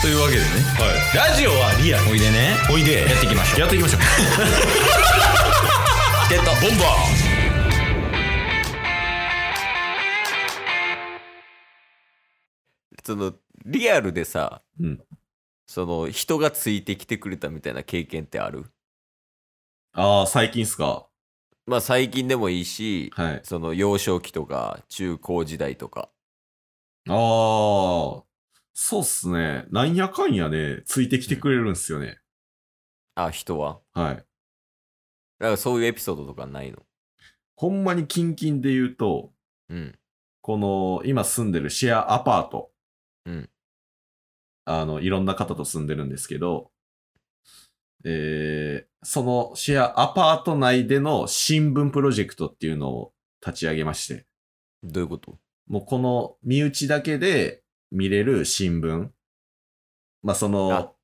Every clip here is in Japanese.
というわけでねはい、ラジオはリアルおいでねおいでやっていきましょうやっていきましょうゲットボンバそのリアルでさ、うんその人がついてきてくれたみたいな経験ってあるああ最近っすかまあ最近でもいいし、はいその幼少期とか中高時代とかああそうっすねなんやかんやねついてきてくれるんすよね、あ人ははいだからそういうエピソードとかないのほんまにキンキンで言うとうんこの今住んでるシェアアパート、うんあのいろんな方と住んでるんですけど、えーそのシェアアパート内での新聞プロジェクトっていうのを立ち上げましてどういうこともうこの身内だけで見れる新聞まあその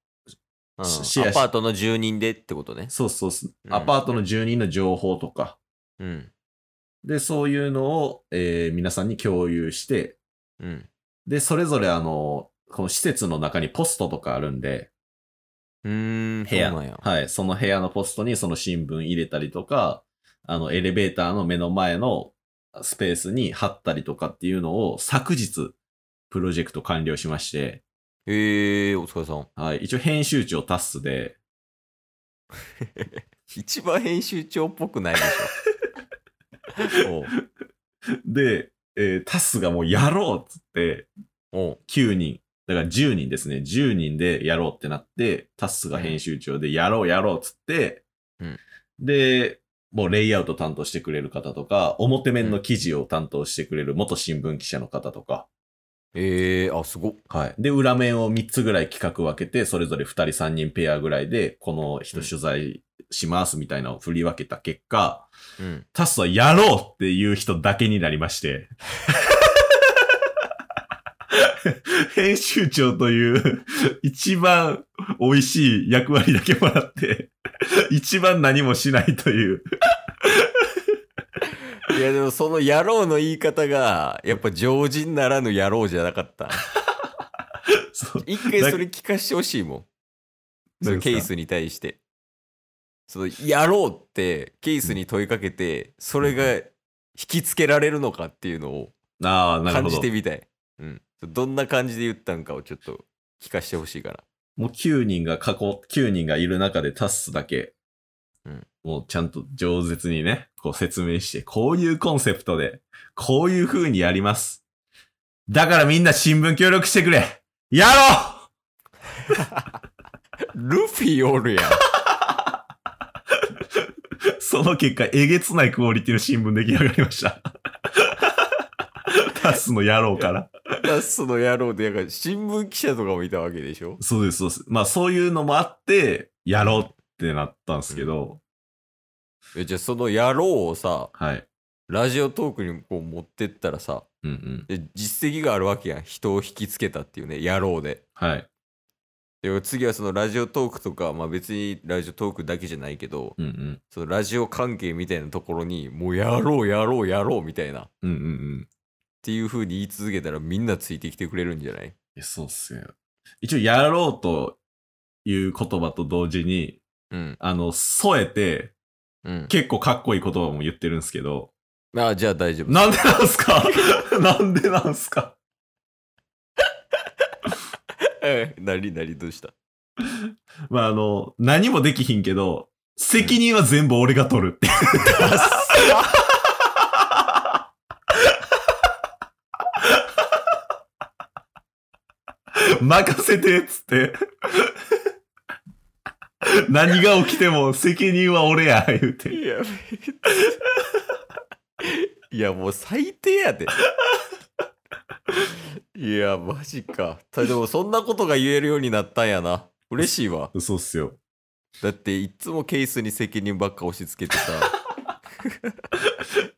うんシシェアアしパートの住人でってことねそうそうそう、うんアパートの住人の情報とかうんでそういうのを、えー皆さんに共有してうんでそれぞれあのこの施設の中にポストとかあるんで、うーん部屋そうなんやはい、その部屋のポストにその新聞入れたりとか、あのエレベーターの目の前のスペースに貼ったりとかっていうのを昨日プロジェクト完了しまして、へえお疲れさんはい、一応編集長タッスで、 一番編集長っぽくないでし ょで、えータッスがもうやろうっつっておうおう9人、だから10人ですね、10人でやろうってなって、タッスが編集長でやろうやろうっつって、うんで、もうレイアウト担当してくれる方とか、表面の記事を担当してくれる元新聞記者の方とか、ええあすごっはい。で、裏面を3つぐらい企画分けて、それぞれ2人3人ペアぐらいで、この人取材しますみたいなのを振り分けた結果、うんタスはやろうっていう人だけになり まして。編集長という一番美味しい役割だけもらって、一番何もしないという。いやでもその野郎の言い方がやっぱ常人ならぬ野郎じゃなかった。そ う一回それ聞かしてほしいもん。そのケースに対して。その野郎ってケースに問いかけてそれが引きつけられるのかっていうのをああ、なる感ほじどて。みたい。うん、どんな感じで言ったんかをちょっと聞かしてほしいから。もう9人が囲、9人がいる中でタスだけ、うんもうちゃんと饒舌にね、こう説明して、こういうコンセプトで、こういう風にやります。だからみんな新聞協力してくれやろルフィおるやん。うその結果、えげつないクオリティの新聞出来上がりま した。タスの野郎から。ラスの野郎でやから新聞記者とかもいたわけでしょ。そうです、そうです。まあそういうのもあって、やろうってなったんですけど、えじゃあその野郎をさはい。ラジオトークにこう持ってったらさうんうん。で実績があるわけやん人を引きつけたっていうね野郎ではい。で次はそのラジオトークとか、まあ、別にラジオトークだけじゃないけどうんうん。そのラジオ関係みたいなところにもうやろうやろうやろうみたいなっうんうんうん。ていう風に言い続けたらみんなついてきてくれるんじゃないえそうっすね。一応、やろうという言葉と同時に、うんあの、添えて、うん結構かっこいい言葉も言ってるんですけど、あじゃあ大丈夫なんでなんす かなんでなんすか えなりなりどう したまあ、あの、何もできひんけど、責任は全部俺が取るって。任せてっつって。 何が起きても責任は俺や、言うて。いや いやもう最低やで いやマジかたでもそんなことが言えるようになったんやな嬉しいわそうっすよ。だっていっつもケースに責任ばっか押し付けて さ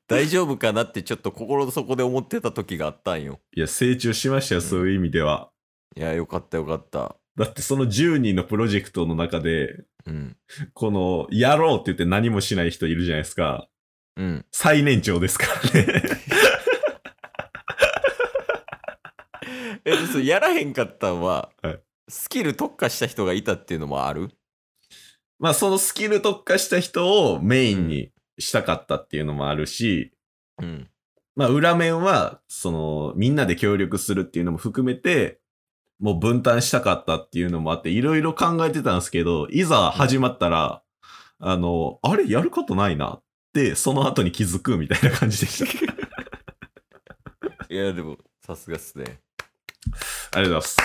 大丈夫かなってちょっと心の底で思ってた時があったんよいや、成長しましたよ、そういう意味では。いやよかったよかっただってその10人のプロジェクトの中で、うんこの、やろうって言って何もしない人いるじゃないですか。うん最年長ですからね。 えでそれやらへんかったんは、はいスキル特化した人がいたっていうのもあるまあそのスキル特化した人をメインにしたかったっていうのもあるし、うん。まあ裏面は、そのみんなで協力するっていうのも含めて、もう分担したかったっていうのもあって、いろいろ考えてたんですけど、いざ始まったら、あの、あれやることないなって、その後に気づくみたいな感じでした。いや、でも、さすがっすね。ありがとうございます。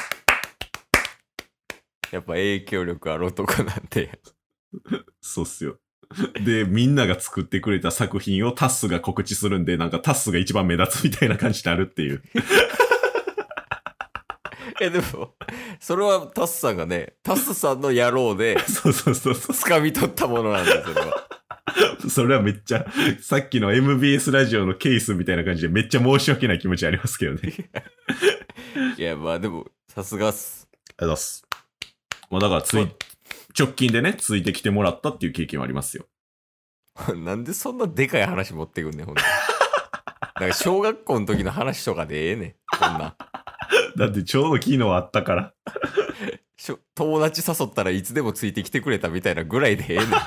やっぱ影響力ある男なんて。そうっすよ。で、みんなが作ってくれた作品をタッスが告知するんで、なんかタッスが一番目立つみたいな感じになるっていう。 え、でも、それはタスさんがね、タスさんの野郎で、そうそうそうそ掴み取ったものなんだ、それ は。う。それはめっちゃ、さっきの MBS ラジオのケースみたいな感じでめっちゃ申し訳ない気持ちありますけどね。ありがというや、まあでも、さすがっす。 ございます。まあだからつい、直近でね、ついてきてもらったっていう経験はありますよ。なんでそんなでかい話持ってくんねん、ほんと。なんか小学校の時の話とかでええねん、こんな。だってちょうど昨日あったから。しょ友達誘ったらいつでもついてきてくれたみたいなぐらいでええねん。今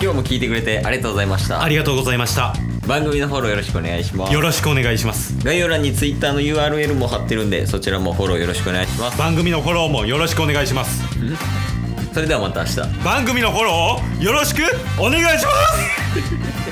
日も聞いてくれてありがとうございましたあ。りがとうございました番組のフォローよろしくお願いしまよろしくお願いします概要欄に Twitter の URL も貼ってるんで、そちらもフォローよろしくお願いします。番組のフォローもよろしくお願いしますそれではまた明日。番組のフォローをよろしくお願いします